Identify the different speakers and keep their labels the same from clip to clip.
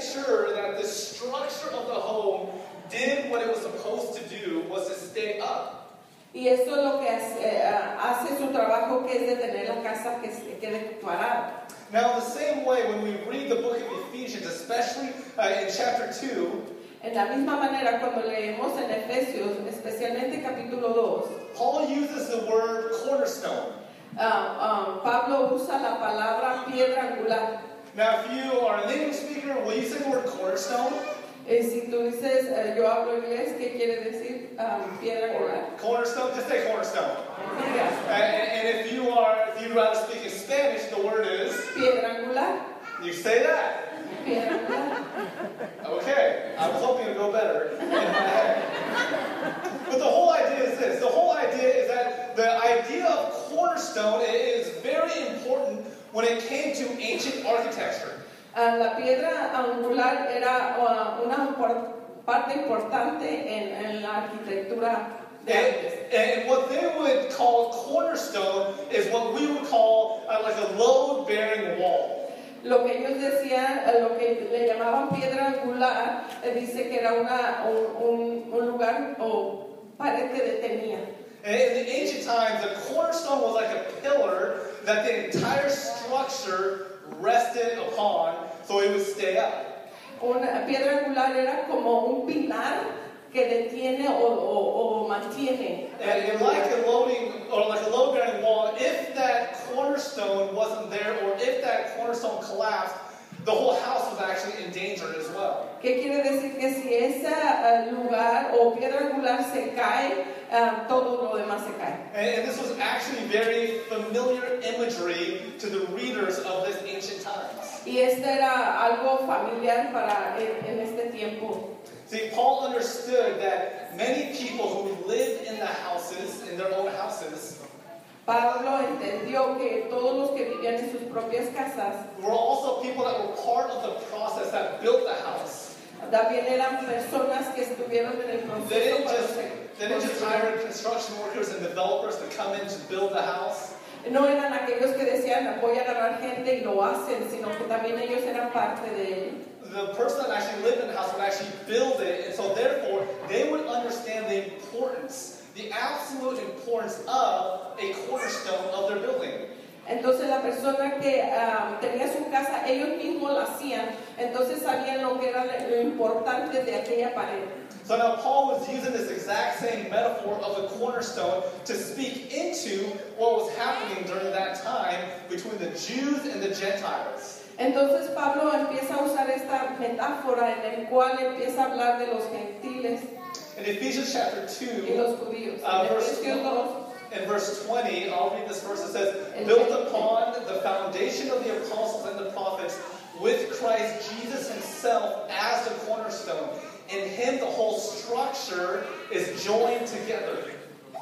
Speaker 1: sure that the structure of the home did what it was supposed to do was to stay up.
Speaker 2: Y eso es lo que hace, eh, hace su trabajo, que es de tener la casa que, se- que debe parar.
Speaker 1: Now, in the same way, when we read the book of Ephesians, especially uh, in chapter 2,
Speaker 2: En la misma manera, cuando leemos en Efesios, especialmente capítulo 2,
Speaker 1: Paul uses the word cornerstone.
Speaker 2: ah, ah, Pablo usa la palabra piedra angular.
Speaker 1: Now, if you are an English speaker, will you say the word cornerstone?
Speaker 2: Eh, si tú dices, eh, yo hablo inglés, ¿qué quiere decir ah, piedra angular?
Speaker 1: Cornerstone? Just say cornerstone.
Speaker 2: Diga,
Speaker 1: And, and if you are, if you'd rather speak in Spanish, the word is,
Speaker 2: Piedra angular,
Speaker 1: you say that.
Speaker 2: piedra angular.
Speaker 1: Okay, I was hoping it would go better in my head. But the whole idea is this. The whole idea is that the idea of cornerstone is very important when it came to ancient architecture.
Speaker 2: Ah, la piedra angular era ah, una impor- parte importante en, en la arquitectura de antes.
Speaker 1: And, and what they would call cornerstone is what we would call uh, like a load-bearing wall.
Speaker 2: Lo que ellos decían, eh, lo que le llamaban piedra angular, eh, dice que era una, un, un- un lugar o pared que detenía.
Speaker 1: And in the ancient times, the cornerstone was like a pillar that the entire structure rested upon so it would stay up.
Speaker 2: Una piedra angular era como un pilar que detiene o, o- o mantiene.
Speaker 1: And, and like a loading or like a load bearing wall, if that cornerstone wasn't there or if that cornerstone collapsed, the whole house was actually in danger as well.
Speaker 2: ¿Qué quiere decir? Que si ese eh, lugar o piedra angular se cae, eh, todo lo demás se cae.
Speaker 1: And, and this was actually very familiar imagery to the readers of this ancient times.
Speaker 2: Y esto era algo familiar para en, en este tiempo.
Speaker 1: See, Paul understood that many people who lived in the houses, in their own houses,
Speaker 2: Pablo entendió que todos los que vivían en sus propias casas
Speaker 1: were also people that were part of the process that built the house.
Speaker 2: también eran personas que estuvieron en el
Speaker 1: They
Speaker 2: proceso.
Speaker 1: didn't
Speaker 2: para
Speaker 1: just
Speaker 2: hacer-
Speaker 1: they didn't just hire construction workers and developers to come in to build the house.
Speaker 2: No eran aquellos que decían voy a agarrar gente y lo hacen, sino que también ellos eran parte de él.
Speaker 1: The person that actually lived in the house would actually build it, and so therefore they would understand the importance, the absolute importance of a cornerstone of their building.
Speaker 2: Entonces la persona que ah, tenía su casa, ellos mismos la hacían, entonces sabían lo que era lo importante de aquella pared.
Speaker 1: So now Paul was using this exact same metaphor of the cornerstone to speak into what was happening during that time between the Jews and the Gentiles.
Speaker 2: Entonces Pablo empieza a usar esta metáfora en el cual empieza a hablar de los gentiles
Speaker 1: In Ephesians chapter
Speaker 2: y
Speaker 1: 2
Speaker 2: los judíos.
Speaker 1: Ah,
Speaker 2: En
Speaker 1: verse
Speaker 2: Efesios 2,
Speaker 1: and verse 20, I'll read this verse. It says,
Speaker 2: And
Speaker 1: Built
Speaker 2: then-
Speaker 1: upon the foundation of the apostles and the prophets, with Christ Jesus himself as the cornerstone. In him the whole structure is joined together.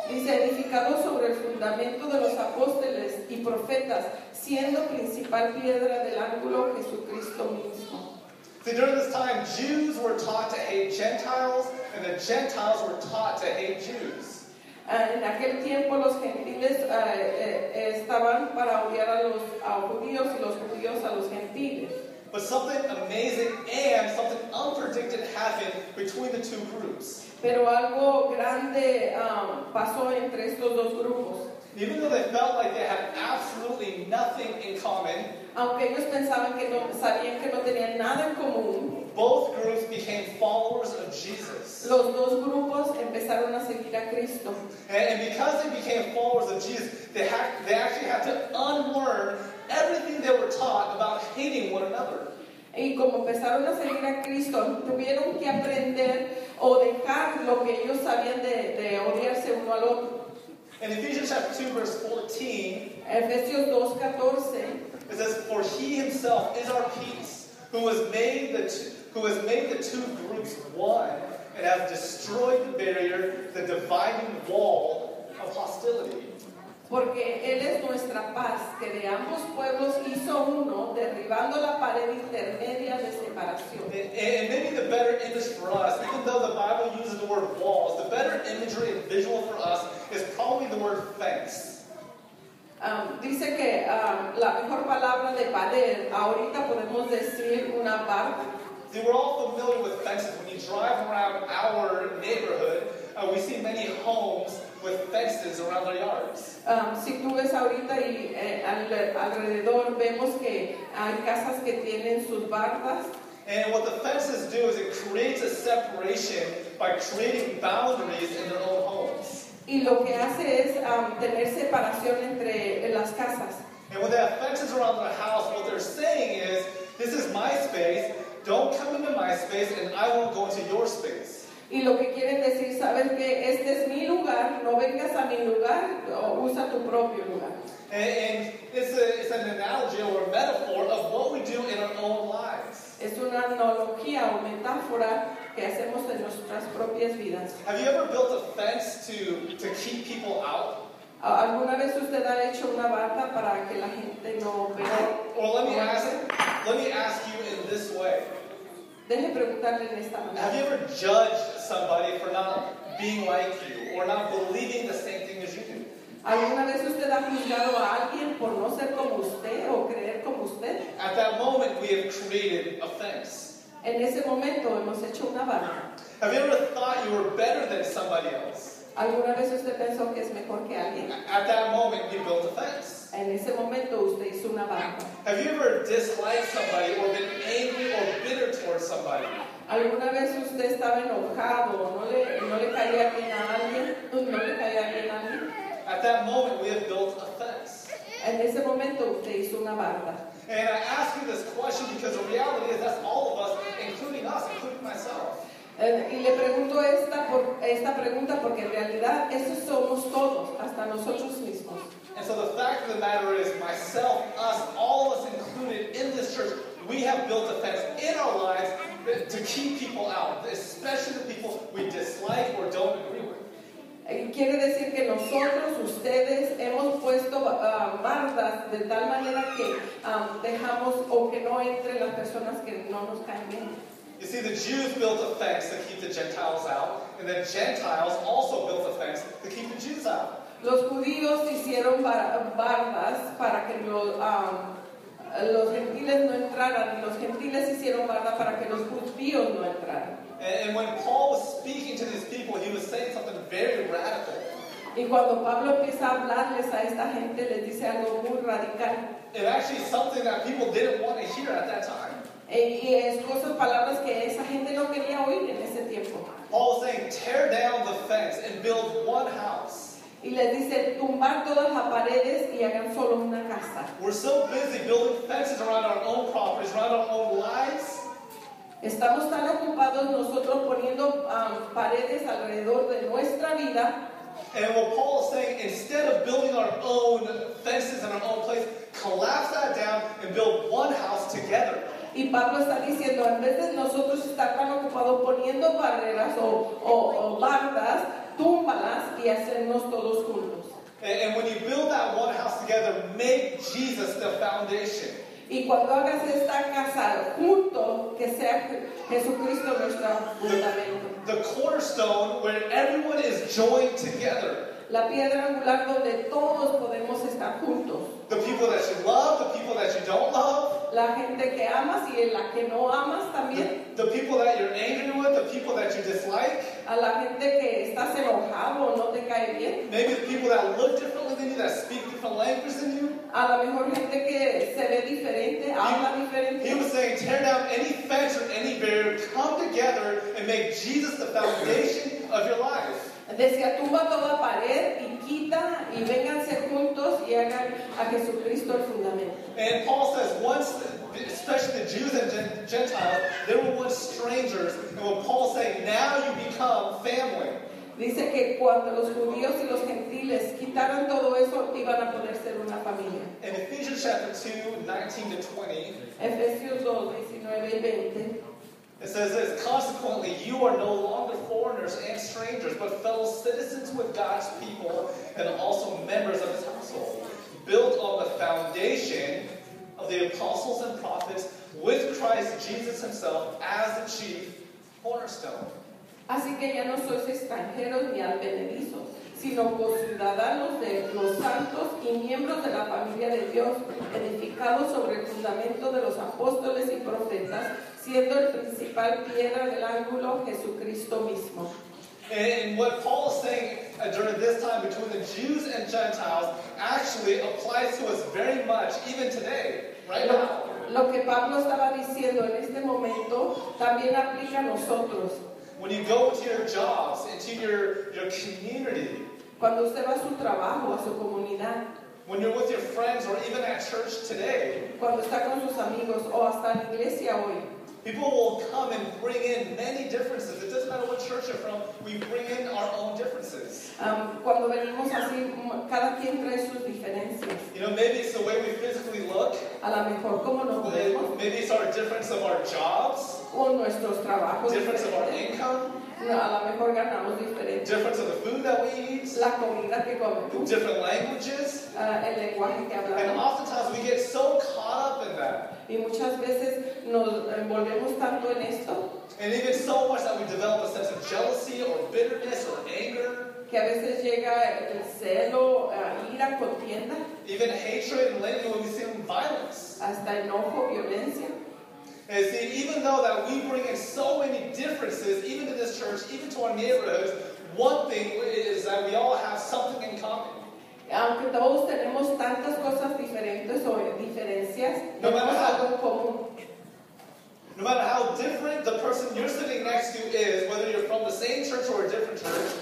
Speaker 2: dice, edificado sobre el fundamento de los apóstoles y profetas, siendo principal piedra del ángulo Jesucristo mismo.
Speaker 1: See, during this time, Jews were taught to hate Gentiles, and the Gentiles were taught to hate Jews.
Speaker 2: Ah, en aquel tiempo los gentiles ah, eh, eh, estaban para odiar a los a judíos y los judíos a los gentiles.
Speaker 1: But something amazing and something unpredicted happened between the two groups.
Speaker 2: Pero algo grande ah, pasó entre estos dos grupos.
Speaker 1: Even though they felt like they had absolutely nothing in common,
Speaker 2: Aunque ellos pensaban que no, sabían que no tenían nada en común,
Speaker 1: both groups became followers of Jesus.
Speaker 2: los dos grupos empezaron a seguir a Cristo.
Speaker 1: And, and because they became followers of Jesus, they, ha- they actually had to unlearn everything they were taught about hating one another.
Speaker 2: Y como empezaron a seguir a Cristo, tuvieron que aprender o dejar lo que ellos sabían de, de odiarse uno al otro.
Speaker 1: In Ephesians chapter 2, verse 14,
Speaker 2: Efesios 2.14
Speaker 1: it says, For he himself is our peace, who has made the two, who has made the two groups one and has destroyed the barrier, the dividing wall of hostility.
Speaker 2: porque Él es nuestra paz, que de ambos pueblos hizo uno, derribando la pared intermedia de separación.
Speaker 1: And, and maybe the better image for us, even though the Bible uses the word walls, the better imagery and visual for us is probably the word fence.
Speaker 2: Am, Ah, dice que ah, am, la mejor palabra de pared, ahorita podemos decir una barra.
Speaker 1: See, See, we're all familiar with fences. When you drive around our neighborhood, uh, we see many homes with fences around their yards.
Speaker 2: Um, si tú ves ahorita y eh, al- alrededor vemos que hay casas que tienen sus bardas
Speaker 1: And what the fences do is it creates a separation by creating boundaries in their own homes.
Speaker 2: y lo que hace es um, tener separación entre las casas.
Speaker 1: And when they have fences around their house, what they're saying is, this is my space, don't come into my space, and I won't go into your space.
Speaker 2: Y lo que quieren decir, sabes que este es mi lugar, no vengas a mi lugar, o usa tu propio lugar.
Speaker 1: And, and it's, a, it's an analogy or a metaphor of what we do in our own lives.
Speaker 2: Es una analogía o metáfora que hacemos en nuestras propias vidas.
Speaker 1: Have you ever built a fence to, to keep people out?
Speaker 2: ¿A- ¿Alguna vez usted ha hecho una barda para que la gente no vea?
Speaker 1: Or let me ask, let me ask you in this way.
Speaker 2: Deje preguntarle en esta
Speaker 1: Have you
Speaker 2: manera.
Speaker 1: ever judged somebody for not being like you or not believing the same thing as you do?
Speaker 2: ¿Alguna vez usted ha juzgado a alguien por no ser como usted o creer como usted?
Speaker 1: At that moment, we have created a fence.
Speaker 2: En ese momento hemos hecho una barda.
Speaker 1: Have you ever thought you were better than somebody else?
Speaker 2: ¿Alguna vez usted pensó que es mejor que alguien?
Speaker 1: At that moment, we built a fence.
Speaker 2: En ese momento usted hizo una barda.
Speaker 1: Have you ever disliked somebody or been angry or bitter towards somebody?
Speaker 2: ¿Alguna vez usted estaba enojado o no le, no le caía bien a alguien? ¿No le caía bien a alguien?
Speaker 1: At that moment, we have built a fence.
Speaker 2: En ese momento usted hizo una barda.
Speaker 1: And I ask you this question because the reality is that's all of us, including us, including myself.
Speaker 2: Eh, Y le pregunto esta, por- esta pregunta porque en realidad esos somos todos, hasta nosotros mismos.
Speaker 1: And so the fact of the matter is, myself, us, all of us included in this church, we have built a fence in our lives to keep people out, especially the people we dislike or don't agree with.
Speaker 2: Eh, Quiere decir que nosotros, ustedes, hemos puesto ah, bardas de tal manera que ah, dejamos o que no entren las personas que no nos caen bien.
Speaker 1: You see, the Jews built a fence to keep the Gentiles out, and the Gentiles also built a fence to keep the Jews out.
Speaker 2: Los judíos hicieron bar- bardas para que los, am, los gentiles no entraran, y los gentiles hicieron bardas para que los judíos no entraran.
Speaker 1: And, and when Paul was speaking to these people, he was saying something very radical.
Speaker 2: Y cuando Pablo empieza a hablarles a esta gente, les dice algo muy radical.
Speaker 1: It actually something that people didn't want to hear at that time.
Speaker 2: E- Y es cosas, palabras que esa gente no quería oír en ese tiempo.
Speaker 1: Paul was saying, tear down the fence and build one house.
Speaker 2: Y les dice, tumbar todas las paredes y hagan solo una casa.
Speaker 1: We're so busy building fences around our own properties, around our own lives,
Speaker 2: Estamos tan ocupados nosotros poniendo am, paredes alrededor de nuestra vida
Speaker 1: and what Paul is saying, instead of building our own fences in our own place, collapse that down and build one house together.
Speaker 2: Y Pablo está diciendo, en vez de nosotros estar tan ocupados poniendo barreras o, o- o bardas, túmbalas y hacernos todos juntos.
Speaker 1: And, and when you build that one house together, make Jesus the foundation.
Speaker 2: Y cuando hagas esta casa junto, que sea Jesucristo nuestro fundamento.
Speaker 1: The cornerstone where everyone is joined together.
Speaker 2: La piedra angular donde todos podemos estar juntos.
Speaker 1: The people that you love, the people that you don't love,
Speaker 2: La gente que amas y la que no amas también.
Speaker 1: the people that you're angry with, the people that you dislike,
Speaker 2: A la gente que estás enojado o no te cae bien.
Speaker 1: maybe the people that look differently than you, that speak different language than you.
Speaker 2: A lo mejor gente que se ve diferente, habla diferente.
Speaker 1: He was saying, tear down any fence or any barrier, come together and make Jesus the foundation of your life.
Speaker 2: Decía, tumba toda pared y quita y vénganse juntos y hagan a Jesucristo el fundamento.
Speaker 1: And Paul says, once, especially the Jews and Gen- Gentiles, they were once strangers. And what Paul's saying, now you become family.
Speaker 2: Dice que cuando los judíos y los gentiles quitaran todo eso, iban a poder ser una familia.
Speaker 1: In Ephesians chapter 2, 19 to 20,
Speaker 2: Efesios 2, 19 y 20.
Speaker 1: it says this Consequently, you are no longer foreigners and strangers, but fellow citizens with God's people and also members of his household, built on the foundation of the apostles and prophets, with Christ Jesus himself as the chief cornerstone.
Speaker 2: Así que ya no sois extranjeros ni advenedizos, sino conciudadanos de los santos y miembros de la familia de Dios, edificados sobre el fundamento de los apóstoles y profetas, siendo el principal piedra del ángulo Jesucristo mismo.
Speaker 1: And what Paul is saying uh, during this time between the Jews and Gentiles actually applies to us very much, even today, right now.
Speaker 2: Lo, lo que Pablo estaba diciendo en este momento también aplica a nosotros.
Speaker 1: When you go to your jobs, into your, your community,
Speaker 2: Cuando usted va a su trabajo, a su comunidad,
Speaker 1: when you're with your friends or even at church today,
Speaker 2: cuando está con sus amigos o hasta en la iglesia hoy,
Speaker 1: people will come and bring in many differences. It doesn't matter what church you're from, we bring in our own differences.
Speaker 2: am, cuando venimos así, m- cada quien trae sus diferencias.
Speaker 1: You know, maybe it's the way we physically look,
Speaker 2: A lo mejor como nos
Speaker 1: maybe
Speaker 2: vemos
Speaker 1: maybe it's our difference of our jobs,
Speaker 2: o nuestros trabajos
Speaker 1: difference of our
Speaker 2: diferentes.
Speaker 1: income,
Speaker 2: No, a lo mejor ganamos diferente.
Speaker 1: difference of the food that we eat,
Speaker 2: La comida que comemos,
Speaker 1: different languages.
Speaker 2: ah, el lenguaje que
Speaker 1: And
Speaker 2: hablamos.
Speaker 1: oftentimes we get so caught up in that,
Speaker 2: Y muchas veces nos envolvemos tanto en esto
Speaker 1: and even so much that we develop a sense of jealousy or bitterness or anger,
Speaker 2: que a veces llega el celo, ah, ira, contienda,
Speaker 1: even hatred, and lately we've seen violence.
Speaker 2: hasta enojo, violencia.
Speaker 1: And see, even though that we bring in so many differences, even to this church, even to our neighborhoods, one thing is that we all have something in common.
Speaker 2: Aunque todos tenemos tantas cosas diferentes o diferencias,
Speaker 1: No
Speaker 2: tenemos
Speaker 1: matter how-
Speaker 2: algo en común.
Speaker 1: No matter how different the person you're sitting next to is, whether you're from the same church or a different church,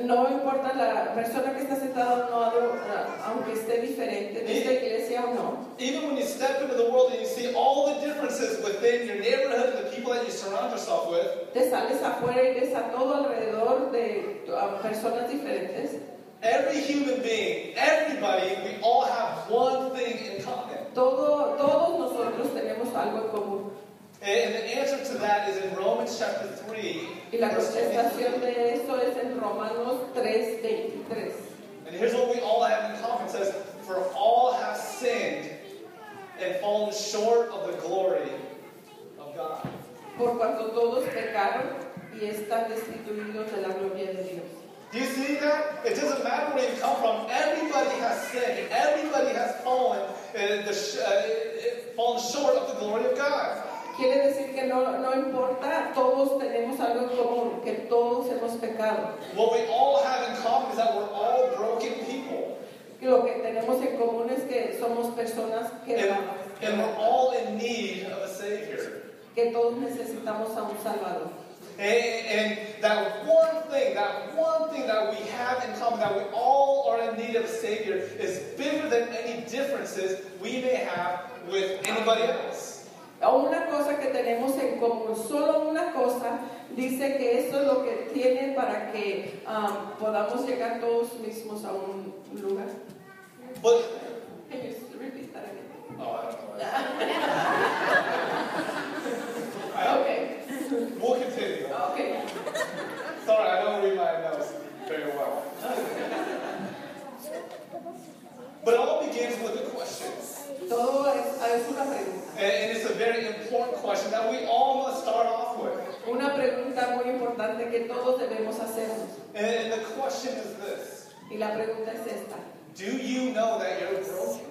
Speaker 2: No importa la persona que está sentada o no, ah, aunque esté diferente de esta iglesia o no.
Speaker 1: even when you step into the world and you see all the differences within your neighborhood and the people that you surround yourself with,
Speaker 2: Te sales afuera y ves a todo alrededor de ah, personas diferentes.
Speaker 1: every human being, everybody, we all have one thing in common.
Speaker 2: Todo, todos nosotros tenemos algo en común.
Speaker 1: And the answer to that is in Romans chapter 3,
Speaker 2: Y la
Speaker 1: verse 23.
Speaker 2: contestación de esto es en Romanos 3:23.
Speaker 1: And here's what we all have in common. It says, For all have sinned and fallen short of the glory of God.
Speaker 2: Por cuanto todos pecaron y están destituidos de la gloria de Dios.
Speaker 1: Do you see that? It doesn't matter where you come from. Everybody has sinned. Everybody has fallen, and the sh- uh, it- it- fallen short of the glory of God.
Speaker 2: Quiere decir que no, no importa, todos tenemos algo en común, que todos hemos pecado.
Speaker 1: What we all have in common is that we're all broken people.
Speaker 2: Y Lo que tenemos en común es que somos personas que,
Speaker 1: And, and we're all in need of a Savior.
Speaker 2: que todos necesitamos a un Salvador.
Speaker 1: And, and that one thing, that one thing that we have in common, that we all are in need of a Savior, is bigger than any differences we may have with anybody else.
Speaker 2: O Una cosa que tenemos en común, solo una cosa, dice que eso es lo que tiene para que ah, podamos llegar todos mismos a un lugar.
Speaker 1: But,
Speaker 2: Can you repeat that again?
Speaker 1: oh, I don't know. I-
Speaker 2: Okay,
Speaker 1: We'll continue.
Speaker 2: okay.
Speaker 1: Sorry, I don't read my notes very well. But it all begins with a question.
Speaker 2: Todo es, ah, es una pregunta.
Speaker 1: And, and it's a very important question that we all must start off with.
Speaker 2: Una pregunta muy importante que todos debemos hacernos.
Speaker 1: And, and the question is this
Speaker 2: Y la pregunta es esta.
Speaker 1: Do you know that you're broken?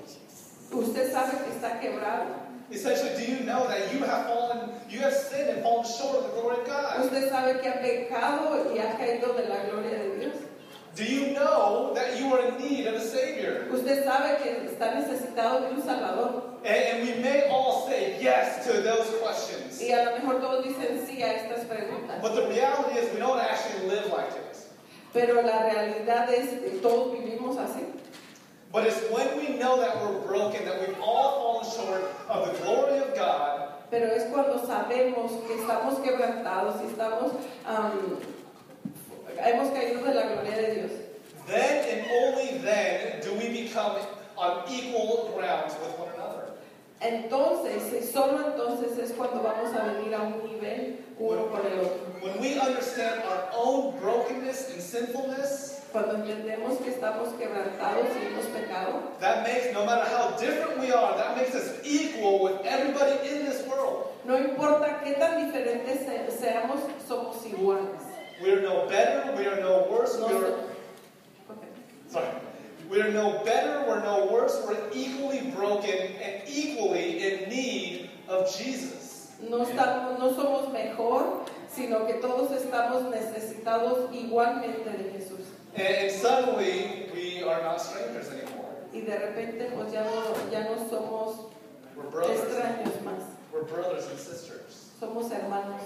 Speaker 2: ¿Usted sabe que está quebrado?
Speaker 1: Essentially, do you know that you have fallen, you have sinned and fallen short of the glory of God?
Speaker 2: ¿Usted sabe que ha pecado y ha caído de la gloria de Dios?
Speaker 1: Do you know that you are in need of a Savior?
Speaker 2: ¿Usted sabe que está necesitado de un Salvador?
Speaker 1: And, and we may all say yes to those questions.
Speaker 2: Y a lo mejor todos dicen sí a estas preguntas.
Speaker 1: But the reality is, we don't actually live like it.
Speaker 2: Pero la realidad es que todos vivimos así.
Speaker 1: But it's when we know that we're broken, that we've all fallen short of the glory of God,
Speaker 2: Pero es cuando sabemos que estamos quebrantados y estamos, am, hemos caído de la gloria de Dios.
Speaker 1: then and only then do we become on equal grounds with one another.
Speaker 2: Entonces, y solo entonces es cuando vamos a venir a un nivel uno con el otro.
Speaker 1: When we understand our own brokenness and sinfulness,
Speaker 2: Cuando entendemos que estamos quebrantados y hemos pecado,
Speaker 1: that makes, no matter how different we are, that makes us equal with everybody in this world.
Speaker 2: no importa qué tan diferentes se- seamos, somos iguales.
Speaker 1: We are no better, we are no worse, we are, We're no better, we're no worse, we're equally broken and equally in need of Jesus.
Speaker 2: No, estamos- no somos mejor, sino que todos estamos necesitados igualmente de Jesús.
Speaker 1: And, and suddenly, we are not strangers anymore.
Speaker 2: Y de repente pues ya no, ya no somos
Speaker 1: We're brothers.
Speaker 2: extraños más,
Speaker 1: We're brothers and sisters.
Speaker 2: somos hermanos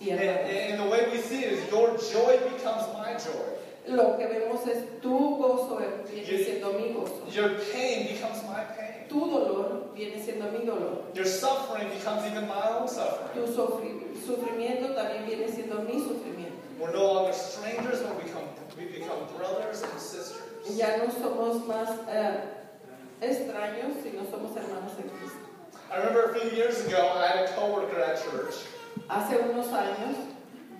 Speaker 2: y
Speaker 1: And,
Speaker 2: hermanas.
Speaker 1: and the way we see it is your joy becomes my joy.
Speaker 2: Lo que vemos es tu gozo viene siendo mi gozo,
Speaker 1: Your pain becomes my pain.
Speaker 2: tu dolor viene siendo mi dolor,
Speaker 1: Your suffering becomes even my own suffering.
Speaker 2: tu sufri- sufrimiento también viene siendo mi sufrimiento.
Speaker 1: We're no longer strangers, we become, we become brothers and sisters.
Speaker 2: Ya no somos más eh, extraños, sino somos hermanos en Cristo.
Speaker 1: I remember a few years ago, I had a coworker at church.
Speaker 2: Hace unos años,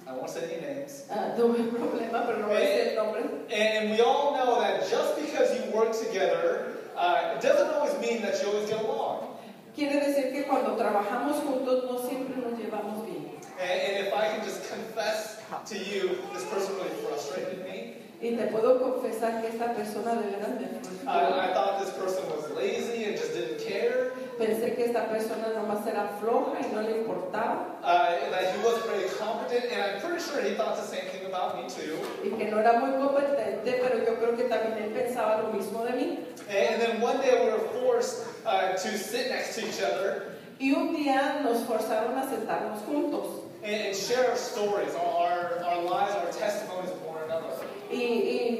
Speaker 1: I won't say any names.
Speaker 2: ah, tuve un problema, pero no voy a decir el nombre.
Speaker 1: And we all know that just because you work together, uh, it doesn't always mean that you always get along.
Speaker 2: Quiere decir que cuando trabajamos juntos no siempre nos llevamos bien.
Speaker 1: And, and if I can just confess to you, this person really frustrated me.
Speaker 2: Y te puedo confesar que esta persona de veras me
Speaker 1: I,
Speaker 2: frustró.
Speaker 1: Uh, I thought this person was lazy and just didn't care,
Speaker 2: Pensé que esta persona nomás era floja y no le importaba
Speaker 1: uh, and that he wasn't very competent, and I'm pretty sure he thought the same thing about me too.
Speaker 2: y que no era muy competente, pero yo creo que también él pensaba lo mismo de mí.
Speaker 1: And, and then one day we were forced uh, to sit next to each other
Speaker 2: Y un día nos forzaron a sentarnos juntos
Speaker 1: and, and share our stories, our, our, our lives, our testimonies with one another.
Speaker 2: y,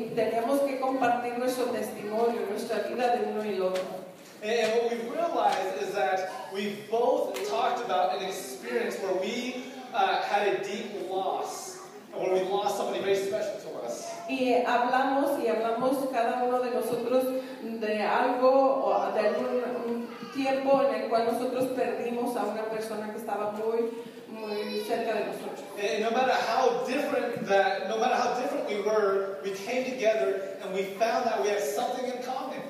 Speaker 2: y teníamos que compartir nuestro testimonio, nuestra vida de uno y el otro.
Speaker 1: And, and what we've realized is that we both talked about an experience where we uh, had a deep loss, where we lost somebody very special to us.
Speaker 2: Y hablamos y hablamos cada uno de nosotros de algo o de algún un tiempo en el cual nosotros perdimos a una persona que estaba muy, muy cerca de nosotros.
Speaker 1: And no matter how different that, no matter how different we were, we came together and we found that we had something in common.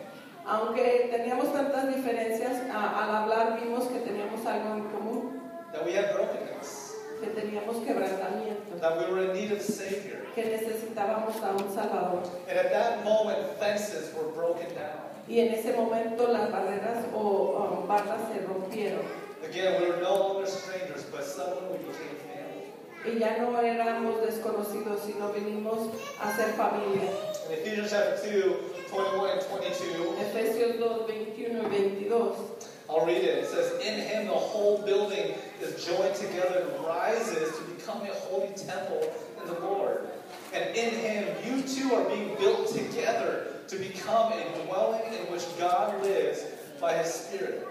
Speaker 2: Aunque teníamos tantas diferencias, a- al hablar vimos que teníamos algo en común,
Speaker 1: That we had brokenness.
Speaker 2: que teníamos quebrantamiento,
Speaker 1: That we were in need of a Savior.
Speaker 2: que necesitábamos a un Salvador.
Speaker 1: And at that moment, fences were broken down.
Speaker 2: Y en ese momento las barreras o, o um, barras se rompieron
Speaker 1: Again, we were no longer strangers, but suddenly we became family.
Speaker 2: y ya no éramos desconocidos, sino vinimos a ser familia.
Speaker 1: In Ephesians chapter 2, 21 and 22,
Speaker 2: Efesios 2, 21 y 22.
Speaker 1: I'll read it. It says, In him the whole building is joined together and rises to become a holy temple in the Lord. And in him you two are being built together to become a dwelling in which God lives by his Spirit.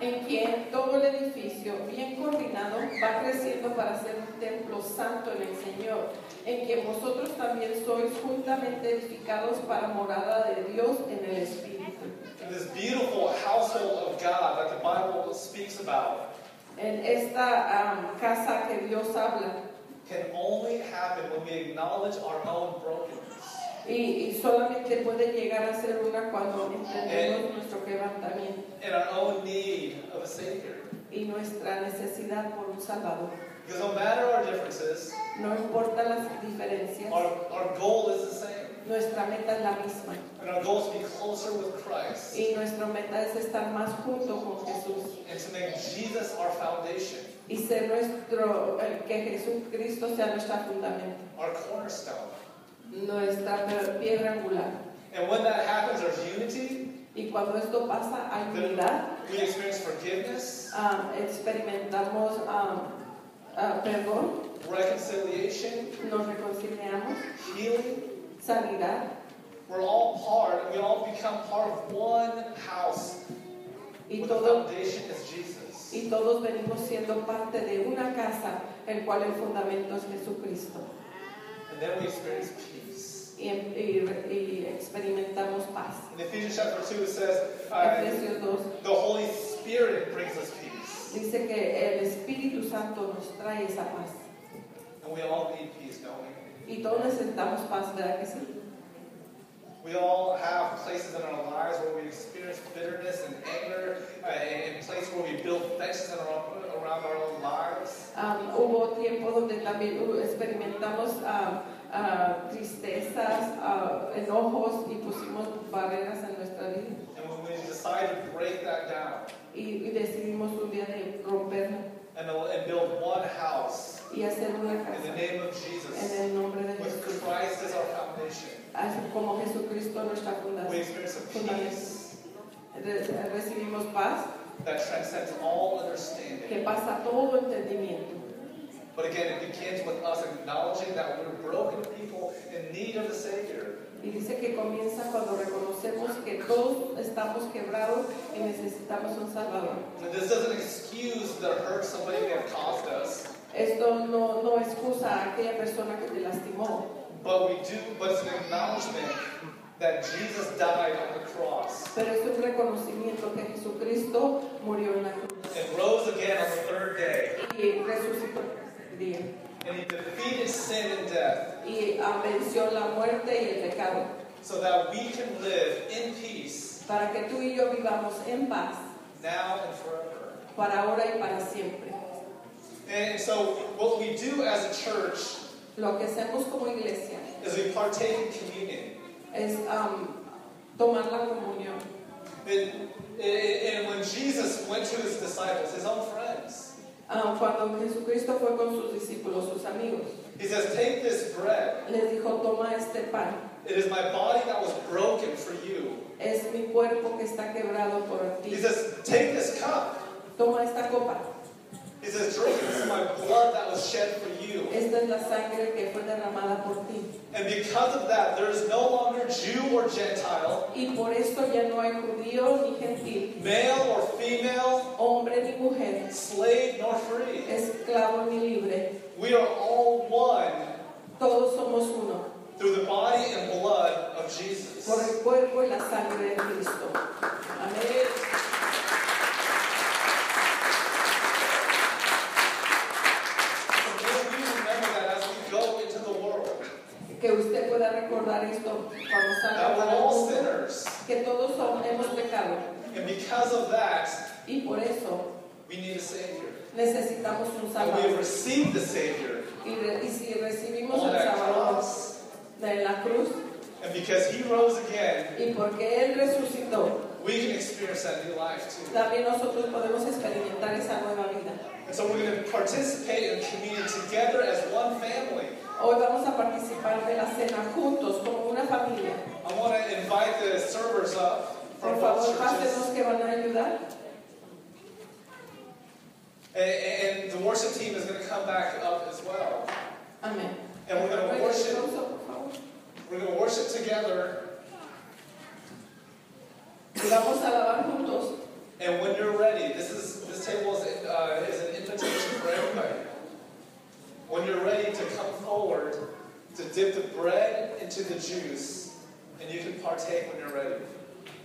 Speaker 2: En quien todo el edificio, bien coordinado, va creciendo para ser un templo santo en el Señor. En quien vosotros también sois juntamente edificados para morada de Dios en el Espíritu.
Speaker 1: In this beautiful household of God that the Bible speaks about
Speaker 2: En esta am, casa que Dios habla.
Speaker 1: can only happen when we acknowledge our own brokenness.
Speaker 2: Y, y solamente puede llegar a ser una cuando entendemos nuestro quebrantamiento
Speaker 1: And our own need of a Savior.
Speaker 2: y nuestra necesidad por un Salvador.
Speaker 1: Because no matter our differences,
Speaker 2: No importa las diferencias.
Speaker 1: our, our goal is the same.
Speaker 2: Nuestra meta es la misma
Speaker 1: And our goal is to be closer with Christ
Speaker 2: y nuestra meta es estar más juntos con Jesús
Speaker 1: and to make Jesus our foundation,
Speaker 2: y ser nuestro eh, que Jesucristo sea nuestra fundamento,
Speaker 1: our cornerstone.
Speaker 2: nuestra pe- piedra angular.
Speaker 1: And when that happens, there's unity,
Speaker 2: Y cuando esto pasa hay unidad,
Speaker 1: we experience forgiveness,
Speaker 2: ah, experimentamos ah, ah, perdón,
Speaker 1: reconciliation,
Speaker 2: nos reconciliamos,
Speaker 1: healing.
Speaker 2: sanidad
Speaker 1: We're all part, we all become part of one house.
Speaker 2: y
Speaker 1: where the
Speaker 2: todo
Speaker 1: foundation is Jesus.
Speaker 2: y todos venimos siendo parte de una casa el cual el fundamento es Jesucristo
Speaker 1: And then we experience peace.
Speaker 2: y, y- y experimentamos paz.
Speaker 1: In Ephesians chapter 2, it says, uh,
Speaker 2: Efesios 2
Speaker 1: the Holy Spirit brings us peace.
Speaker 2: Dice que el Espíritu Santo nos trae esa paz.
Speaker 1: And we all need peace, don't we?
Speaker 2: Y todos necesitamos paz, ¿verdad que sí?
Speaker 1: We all have places in our lives where we experience bitterness and anger, uh, and and places where we build fences in our own- around our own lives.
Speaker 2: Am, hubo tiempo donde también hu- experimentamos am, ah, tristezas, ah, enojos y pusimos barreras en nuestra vida.
Speaker 1: And when we decide to break that down
Speaker 2: Y, y decidimos un día de romperlo
Speaker 1: and, and build one house
Speaker 2: y hacer una
Speaker 1: in the
Speaker 2: casa
Speaker 1: name of
Speaker 2: en
Speaker 1: Jesus,
Speaker 2: el nombre de
Speaker 1: with
Speaker 2: Jesús.
Speaker 1: Christ as our foundation,
Speaker 2: Así como Jesucristo nuestra
Speaker 1: we
Speaker 2: fundación.
Speaker 1: experience a peace
Speaker 2: Re- recibimos paz
Speaker 1: that transcends all
Speaker 2: que
Speaker 1: understanding.
Speaker 2: pasa todo entendimiento.
Speaker 1: But again, it begins with us acknowledging that we're broken people in need of a Savior.
Speaker 2: Y dice que comienza cuando reconocemos que todos estamos quebrados y necesitamos un Salvador.
Speaker 1: And this doesn't excuse the hurt somebody may have caused us,
Speaker 2: Esto no, no excusa a aquella persona que te lastimó,
Speaker 1: but we do, but it's an acknowledgement that Jesus died on the cross
Speaker 2: pero es un reconocimiento que Jesucristo murió en la cruz
Speaker 1: and rose again on the third day,
Speaker 2: y resucitó el día
Speaker 1: and he defeated sin and death
Speaker 2: y ah, venció la muerte y el pecado
Speaker 1: so that we can live in peace
Speaker 2: para que tú y yo vivamos en paz
Speaker 1: now and forever.
Speaker 2: para ahora y para siempre.
Speaker 1: And so, what we do as a church
Speaker 2: Lo que hacemos como iglesia
Speaker 1: is we partake in communion.
Speaker 2: es am, tomar la comunión.
Speaker 1: And, and- and when Jesus went to his disciples, his own friends,
Speaker 2: Ah, cuando Jesucristo fue con sus discípulos, sus amigos,
Speaker 1: he says, Take this bread.
Speaker 2: les dijo, toma este pan,
Speaker 1: It is my body that was broken for you.
Speaker 2: es mi cuerpo que está quebrado por ti.
Speaker 1: He says, Take this cup.
Speaker 2: Toma esta copa.
Speaker 1: He says, Drink it. This is my blood that was shed for you.
Speaker 2: Esta es la sangre que fue derramada por ti.
Speaker 1: And because of that, there is no longer Jew or Gentile,
Speaker 2: Y por esto ya no hay judío ni gentil,
Speaker 1: male or female,
Speaker 2: hombre ni mujer,
Speaker 1: slave nor free.
Speaker 2: esclavo ni libre.
Speaker 1: We are all one
Speaker 2: Todos somos uno
Speaker 1: through the body and blood of Jesus.
Speaker 2: por el cuerpo y la sangre de Cristo. Amén.
Speaker 1: So may we remember that as we go into the world,
Speaker 2: Que usted pueda recordar esto cuando salga
Speaker 1: that we're
Speaker 2: para el
Speaker 1: all
Speaker 2: mundo.
Speaker 1: sinners.
Speaker 2: Que todos son- hemos pecado
Speaker 1: And because of that,
Speaker 2: y por eso
Speaker 1: we need a Savior.
Speaker 2: necesitamos
Speaker 1: And
Speaker 2: un
Speaker 1: we have
Speaker 2: Salvador.
Speaker 1: received the Savior
Speaker 2: Y, re- y si recibimos
Speaker 1: on
Speaker 2: el
Speaker 1: that
Speaker 2: Salvador
Speaker 1: cross.
Speaker 2: de la cruz
Speaker 1: And because He rose again,
Speaker 2: y porque Él resucitó,
Speaker 1: we can experience that new life too.
Speaker 2: también nosotros podemos experimentar esa nueva vida.
Speaker 1: And so we're going to participate in communion together as one family.
Speaker 2: Hoy vamos a participar de la cena juntos como una familia.
Speaker 1: I want to invite the servers up
Speaker 2: Por
Speaker 1: from
Speaker 2: favor,
Speaker 1: both
Speaker 2: pásenos
Speaker 1: churches.
Speaker 2: que van a ayudar
Speaker 1: And, and the worship team is going to come back up as well.
Speaker 2: Amén.
Speaker 1: And we're going to
Speaker 2: Recuerden,
Speaker 1: worship.
Speaker 2: aplauso, por favor.
Speaker 1: We're going to worship together.
Speaker 2: Y vamos a alabar juntos.
Speaker 1: And when you're ready, this is this table is, uh, is an invitation for everybody. When you're ready to come forward to dip the bread into the juice, and you can partake when you're ready.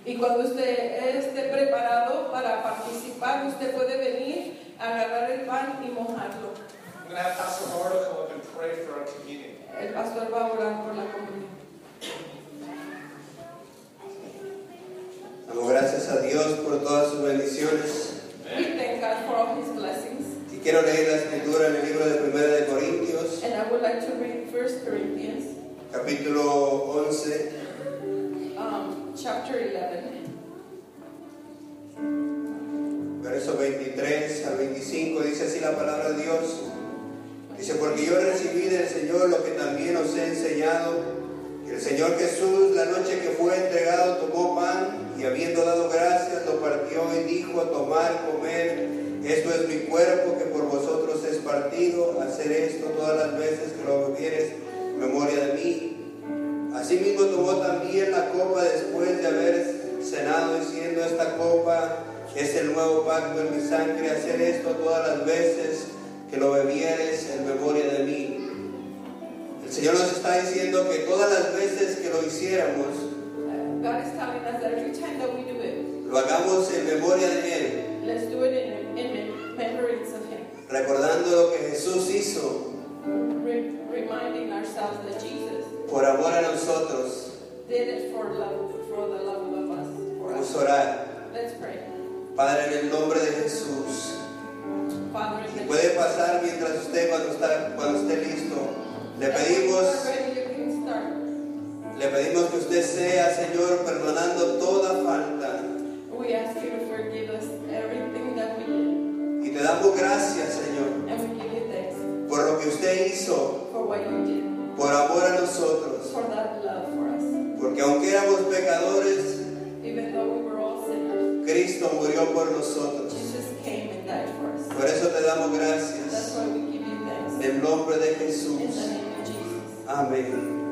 Speaker 2: Y cuando usted esté preparado para participar, usted puede venir, agarrar el pan y mojarlo.
Speaker 1: I'm gonna have Pastor Eduardo come up and pray for our community.
Speaker 2: El pastor va a orar por la comunidad.
Speaker 3: Damos gracias a Dios por todas sus bendiciones.
Speaker 2: We thank God for all his blessings.
Speaker 3: Y quiero leer la escritura en el libro de Primera de Corintios,
Speaker 2: And I would like to read 1 Corinthians
Speaker 3: capítulo 11,
Speaker 2: um, chapter 11.
Speaker 3: versos 23 al 25. Dice así la palabra de Dios. Dice, porque yo recibí del Señor lo que también os he enseñado, que el Señor Jesús la noche que fue entregado tomó pan y habiendo dado gracias lo partió y dijo, tomar, comer, esto es mi cuerpo que por vosotros es partido, hacer esto todas las veces que lo bebieres, en memoria de mí. Asimismo tomó también la copa después de haber cenado diciendo esta copa es el nuevo pacto en mi sangre, hacer esto todas las veces que lo bebieres en memoria de mí. El Señor nos está diciendo que todas las veces que lo hiciéramos,
Speaker 2: God is telling us that every time that we do it,
Speaker 3: lo hagamos en memoria de Él,
Speaker 2: let's do it in, in remembrance of Him,
Speaker 3: recordando lo que Jesús hizo
Speaker 2: Re- reminding ourselves that Jesus
Speaker 3: por amor a nosotros.
Speaker 2: did it for love, for the love of us, for
Speaker 3: Vamos
Speaker 2: us.
Speaker 3: a orar.
Speaker 2: Let's pray,
Speaker 3: Padre, en el nombre de Jesús.
Speaker 2: Father.
Speaker 3: Si
Speaker 2: In the
Speaker 3: puede pasar mientras usted, cuando, está, cuando esté listo, le
Speaker 2: As we
Speaker 3: pedimos
Speaker 2: are ready, you
Speaker 3: Le pedimos que usted sea, Señor, perdonando toda falta.
Speaker 2: We ask you to forgive us everything that we did,
Speaker 3: Y te damos gracias, Señor,
Speaker 2: and we give you thanks
Speaker 3: por lo que usted hizo,
Speaker 2: for what you did,
Speaker 3: por amor a nosotros.
Speaker 2: for that love for us.
Speaker 3: Porque aunque éramos pecadores,
Speaker 2: Even though we were all sinners,
Speaker 3: Cristo murió por nosotros.
Speaker 2: Jesus came and died for us.
Speaker 3: Por eso te damos
Speaker 2: That's
Speaker 3: gracias.
Speaker 2: why we give you thanks.
Speaker 3: En el nombre de
Speaker 2: In the
Speaker 3: Jesús.
Speaker 2: name of Jesus.
Speaker 3: Amén.